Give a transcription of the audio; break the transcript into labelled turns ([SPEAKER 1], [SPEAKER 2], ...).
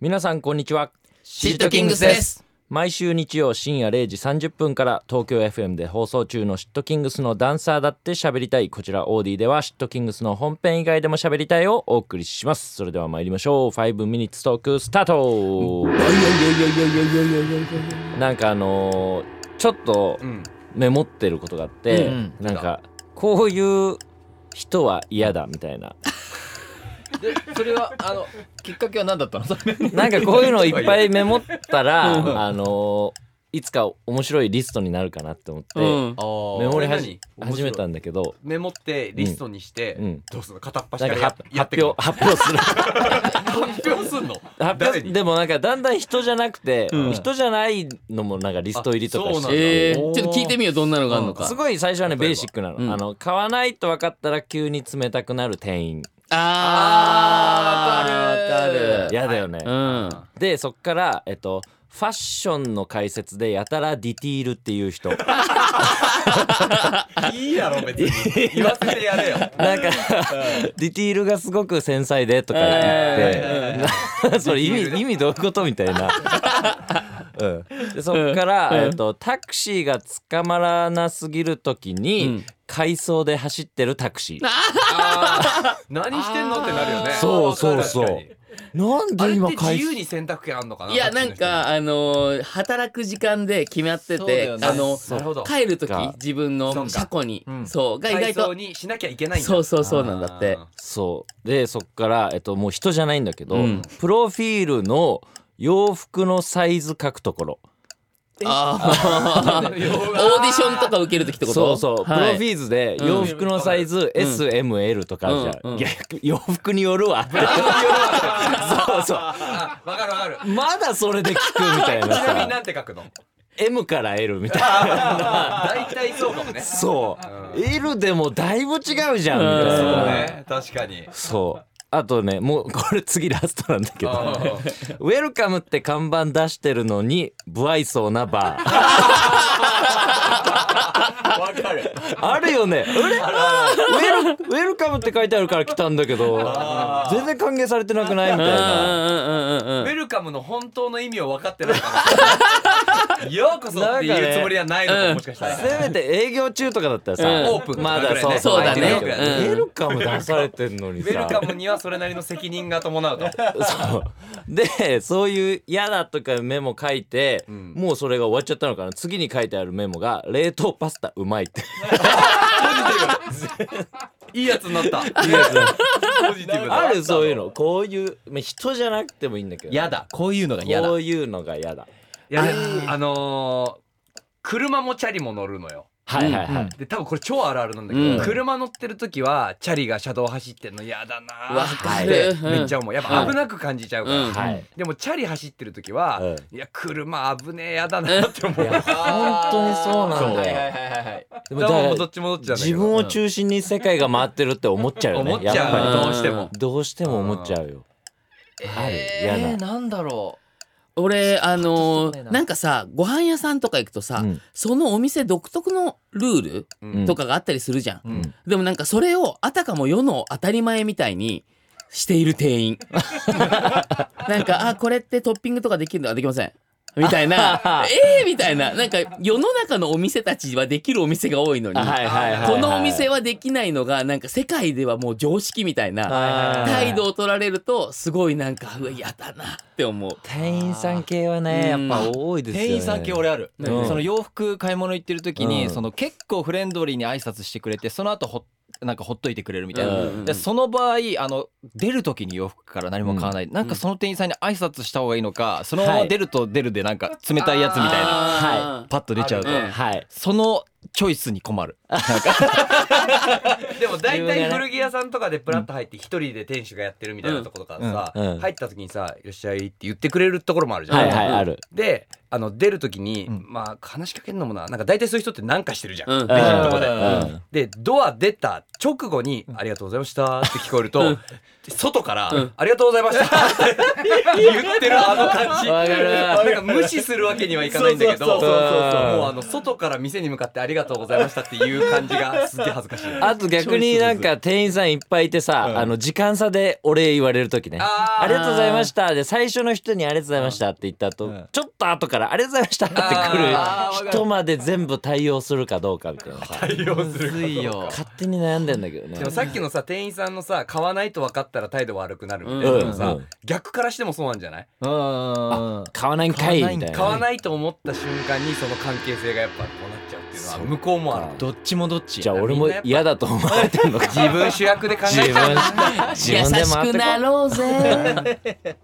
[SPEAKER 1] 皆さんこんにちは
[SPEAKER 2] シットキングスです
[SPEAKER 1] 毎週日曜深夜0時30分から東京 FM で放送中のシットキングスのダンサーだって喋りたいこちらオーディではシットキングスの本編以外でも喋りたいをお送りしますそれでは参りましょう5 minutes トークスタートなんかあのーちょっと
[SPEAKER 2] うん
[SPEAKER 1] メモってることがあって、
[SPEAKER 2] うん
[SPEAKER 1] なんかこういう人は嫌だみたいな
[SPEAKER 2] でそれはあのきっかけは何だったのそれ
[SPEAKER 1] なんかこういうのをいっぱいメモったら、
[SPEAKER 3] うん
[SPEAKER 1] あのーいつか面白いリストになるかなって思って、
[SPEAKER 3] うん
[SPEAKER 2] あー
[SPEAKER 1] メモりは
[SPEAKER 4] 面
[SPEAKER 1] じ
[SPEAKER 4] 白い
[SPEAKER 1] 始めたんだけど、
[SPEAKER 4] メモってリストにして、
[SPEAKER 1] うん
[SPEAKER 4] どうするの片っ端
[SPEAKER 1] な
[SPEAKER 4] か
[SPEAKER 1] ん
[SPEAKER 4] ら
[SPEAKER 1] か
[SPEAKER 4] や
[SPEAKER 1] は発表発表する
[SPEAKER 4] 発表すんの
[SPEAKER 1] 発
[SPEAKER 4] 誰
[SPEAKER 1] 表
[SPEAKER 4] に
[SPEAKER 1] でもなんかだんだん人じゃなくて、
[SPEAKER 3] うん
[SPEAKER 1] 人じゃないのもなんかリスト入りとか
[SPEAKER 4] あそう
[SPEAKER 1] し
[SPEAKER 4] なん
[SPEAKER 1] て
[SPEAKER 4] だ。
[SPEAKER 3] え
[SPEAKER 4] お
[SPEAKER 3] ー、
[SPEAKER 4] ー
[SPEAKER 3] ちょっと聞いてみようどんなのがあるのか、
[SPEAKER 1] すごい最初はね
[SPEAKER 4] 例えば
[SPEAKER 1] ベーシックなの,、
[SPEAKER 3] うん
[SPEAKER 1] あの買わないと分かったら急に冷たくなる店員
[SPEAKER 3] あーわかる
[SPEAKER 1] 嫌だよね、
[SPEAKER 3] うん
[SPEAKER 1] でそっからえっとファッションの解説でやたらディティールっていう人なんか
[SPEAKER 4] いいやろ別に言わせてやれよ
[SPEAKER 1] ディティールがすごく繊細でとか言って、
[SPEAKER 3] え
[SPEAKER 1] な それ意味意味どういうことみたいな。うん、でそっから、
[SPEAKER 3] うん
[SPEAKER 1] えっとタクシーが捕まらなすぎる時に、
[SPEAKER 3] うん
[SPEAKER 1] 回送で走ってるタクシー。
[SPEAKER 4] あー何してんのってなるよね
[SPEAKER 1] そうそうそう
[SPEAKER 4] 確かに
[SPEAKER 1] なん
[SPEAKER 4] あれ
[SPEAKER 1] で今
[SPEAKER 4] って
[SPEAKER 1] 回
[SPEAKER 4] 自由
[SPEAKER 1] 送
[SPEAKER 4] に選択権あんのかない
[SPEAKER 3] やなんかあのー働く時間で決まって
[SPEAKER 2] そうだ
[SPEAKER 3] て、
[SPEAKER 2] よね
[SPEAKER 3] あの
[SPEAKER 4] そうなるほど
[SPEAKER 3] 帰る時
[SPEAKER 1] か
[SPEAKER 3] 自分
[SPEAKER 4] そう
[SPEAKER 3] の
[SPEAKER 4] か
[SPEAKER 3] 車庫に
[SPEAKER 4] うん
[SPEAKER 3] そうが意
[SPEAKER 4] 外
[SPEAKER 3] 外
[SPEAKER 4] と
[SPEAKER 3] と
[SPEAKER 4] にしなきゃいけないんだ
[SPEAKER 3] そうそうそうなんだって
[SPEAKER 4] あ
[SPEAKER 1] そうでそっからえっともう人じゃないんだけど、
[SPEAKER 3] うん
[SPEAKER 1] プロフィールの洋服のサイズ書くところ。
[SPEAKER 3] あ
[SPEAKER 4] ー要
[SPEAKER 3] ー
[SPEAKER 4] は
[SPEAKER 3] オーディションとか受ける時ってこと
[SPEAKER 1] そうそう、プロ
[SPEAKER 3] はい
[SPEAKER 1] フィーズで洋服のサイズ SML とかじゃん、
[SPEAKER 3] うんうん
[SPEAKER 1] いや洋服によるわってそうそう
[SPEAKER 4] あわかるわかる
[SPEAKER 1] まだそれで聞くみたいな
[SPEAKER 4] ちなみに
[SPEAKER 1] さ
[SPEAKER 4] なんて書くの
[SPEAKER 1] M から L みたいな
[SPEAKER 4] 大体そうかもねう
[SPEAKER 1] そう、L でもだいぶ違うじゃんみ
[SPEAKER 3] うん
[SPEAKER 1] たい
[SPEAKER 4] そう
[SPEAKER 1] な、
[SPEAKER 4] ね確かに
[SPEAKER 1] そうあとねもうこれ次ラストなんだけ
[SPEAKER 4] あ
[SPEAKER 1] ど
[SPEAKER 4] ー
[SPEAKER 1] 「ウェルカム」って看板出してるのに不愛想なバー
[SPEAKER 4] わかる
[SPEAKER 1] あるよねあれウェルウェルカムって書いてあるから来たんだけど
[SPEAKER 4] あー
[SPEAKER 1] 全然歓迎されてなくないみたいな。
[SPEAKER 3] うんうんうんうん
[SPEAKER 4] ウ
[SPEAKER 3] うん
[SPEAKER 4] ェルカムの本当の意味を分かってないかもようこそっていうつもりはないのかももしかしたら。
[SPEAKER 1] せめて営業中とかだったらさ、
[SPEAKER 3] うん
[SPEAKER 4] オープン
[SPEAKER 1] まだそう
[SPEAKER 3] そうだね
[SPEAKER 1] 入ってないけど
[SPEAKER 3] う
[SPEAKER 1] ウ
[SPEAKER 3] ん
[SPEAKER 1] ェルカム出されてんのに
[SPEAKER 4] ウ
[SPEAKER 1] さ
[SPEAKER 4] ェルカムにはそれなりの責任が伴うと。
[SPEAKER 1] そうでそういう「嫌だ」とかメモ書いて、
[SPEAKER 4] ん
[SPEAKER 1] もうそれが終わっちゃったのかな次に書いてあるメモが「冷凍パスタうまい」って
[SPEAKER 4] いいやつになった。ポジティブ
[SPEAKER 1] あ
[SPEAKER 4] だ
[SPEAKER 1] るそういうのこういう、まあ、人じゃなくてもいいんだけど
[SPEAKER 2] やだこういうのが嫌だ
[SPEAKER 1] こういうのが嫌だ
[SPEAKER 4] いやあのー車もチャリも乗るのよ。
[SPEAKER 1] はいはいはい、
[SPEAKER 4] で多分これ超あるあるなんだけ
[SPEAKER 3] う
[SPEAKER 4] ど、
[SPEAKER 3] ん
[SPEAKER 4] 車乗ってる時はチャリが車道走ってんの嫌だな
[SPEAKER 3] わ
[SPEAKER 4] ー
[SPEAKER 3] か
[SPEAKER 4] っ
[SPEAKER 3] る
[SPEAKER 4] て
[SPEAKER 3] うん
[SPEAKER 4] めっちゃ思うやっぱ危なく感じちゃうから、
[SPEAKER 3] うん
[SPEAKER 1] はい
[SPEAKER 4] でもチャリ走ってる時は、
[SPEAKER 1] う
[SPEAKER 4] いや車危ねえやだなって思う、
[SPEAKER 1] 本当にそうなんだよ
[SPEAKER 2] はいはいはいはい
[SPEAKER 1] でも
[SPEAKER 4] だからもう
[SPEAKER 1] だ
[SPEAKER 4] ど
[SPEAKER 1] か
[SPEAKER 4] っちもどっち
[SPEAKER 1] ら
[SPEAKER 4] なんだけ
[SPEAKER 1] 自
[SPEAKER 4] ど
[SPEAKER 1] 分を中心に世界が回ってるって思っちゃうよね
[SPEAKER 4] 思っちゃう
[SPEAKER 1] やっぱ
[SPEAKER 4] どうしても
[SPEAKER 1] りどうしても思っちゃうよ、ある嫌だ、
[SPEAKER 2] えーなんだろ
[SPEAKER 3] 俺あの
[SPEAKER 2] そう
[SPEAKER 3] ー
[SPEAKER 2] だよな
[SPEAKER 3] なんかさご飯屋さんとか行くとさ、
[SPEAKER 1] うん
[SPEAKER 3] そのお店独特のルール
[SPEAKER 4] うん
[SPEAKER 3] とかがあったりするじゃん、
[SPEAKER 4] うん
[SPEAKER 3] でもなんかそれをあたかも世の当たり前みたいにしている店 員なんかあこれってトッピングとかできるのあできませんみた いなえー、みたいななんか世の中のお店たちはできるお店が多いのに、
[SPEAKER 1] はいはいはいはい
[SPEAKER 3] このお店はできないのがなんか世界ではもう常識みたいな
[SPEAKER 1] あー
[SPEAKER 3] 態度を取られるとすごいなんかうわ嫌だなって思う。
[SPEAKER 1] 店員さん系はねや
[SPEAKER 3] う
[SPEAKER 1] っ
[SPEAKER 3] ん
[SPEAKER 1] ぱ多いで
[SPEAKER 2] う
[SPEAKER 1] すよね
[SPEAKER 2] 店員さん系俺ある、
[SPEAKER 1] うん
[SPEAKER 2] その洋服買い物行ってる時に、
[SPEAKER 1] うん
[SPEAKER 2] その結構フレンドリーに挨拶してくれてその後ほなんかほっといてくれるみたいな、
[SPEAKER 3] うん
[SPEAKER 2] でその場合あの出る時に洋服から何も買わない、なんかその店員さんに挨拶した方がいいのかそのまま出ると出るでなんか冷たいやつみたいな、
[SPEAKER 3] あー
[SPEAKER 2] パッと出ちゃうと、
[SPEAKER 3] あるね
[SPEAKER 1] はい
[SPEAKER 2] そのチョイスに困る
[SPEAKER 4] でも大体古着屋さんとかでプラッと入って一人で店主がやってるみたいなところからさ、
[SPEAKER 1] うんうん
[SPEAKER 4] 入った時にさ「いらっしゃい」って言ってくれるところもあるじゃん。
[SPEAKER 1] はいはいある
[SPEAKER 4] であの出る時に、
[SPEAKER 2] うん
[SPEAKER 4] まあ話しかけるのもななんか大体そういう人ってなんかしてるじゃん。
[SPEAKER 3] うん
[SPEAKER 4] レジのとこで。
[SPEAKER 1] うん
[SPEAKER 4] でドア出た直後に「ありがとうございました」って聞こえると、外から、ありがとうございました」って言ってるあの感じ
[SPEAKER 1] わかる
[SPEAKER 4] なんか無視するわけにはいかないんだけど
[SPEAKER 1] そうそうそうそう
[SPEAKER 4] もうあの外から店に向かって「ありがとうございました」っていうる感じがすっげえ恥ずかしいな
[SPEAKER 1] あと逆になんか店員さんいっぱいいてさ、あの時間差でお礼言われる時ね「
[SPEAKER 4] あ
[SPEAKER 1] あ
[SPEAKER 4] ー
[SPEAKER 1] りがとうございました」で最初の人に「ありがとうございました」って言った後、
[SPEAKER 2] ん
[SPEAKER 1] ちょっと後から「ありがとうございました」
[SPEAKER 4] あ
[SPEAKER 1] っ
[SPEAKER 4] ー
[SPEAKER 1] て来る人まで全部対応するかどうかみたいな
[SPEAKER 4] 対応する
[SPEAKER 2] ずいよ
[SPEAKER 1] 勝手に悩んでんだけどね
[SPEAKER 4] でもさっきのさ店員さんのさ買わないと分かったら態度悪くなるみたい
[SPEAKER 1] うん
[SPEAKER 4] なのさ、
[SPEAKER 1] うん
[SPEAKER 4] 逆からしてもそうなんじゃない
[SPEAKER 2] うんうん
[SPEAKER 1] 買わないんかいみたいな
[SPEAKER 4] 買わないと思った瞬間にその関係性がやっぱこうなっちゃうっていうのは向こうもある
[SPEAKER 2] どっちもどっち
[SPEAKER 1] じゃあ俺も嫌だと思われてんのか
[SPEAKER 4] 自分主役で考え
[SPEAKER 1] 自
[SPEAKER 4] ちゃう
[SPEAKER 1] 分自
[SPEAKER 3] 優
[SPEAKER 1] 分で
[SPEAKER 3] し
[SPEAKER 1] 回っ
[SPEAKER 3] く
[SPEAKER 1] てこ
[SPEAKER 3] なろうぜ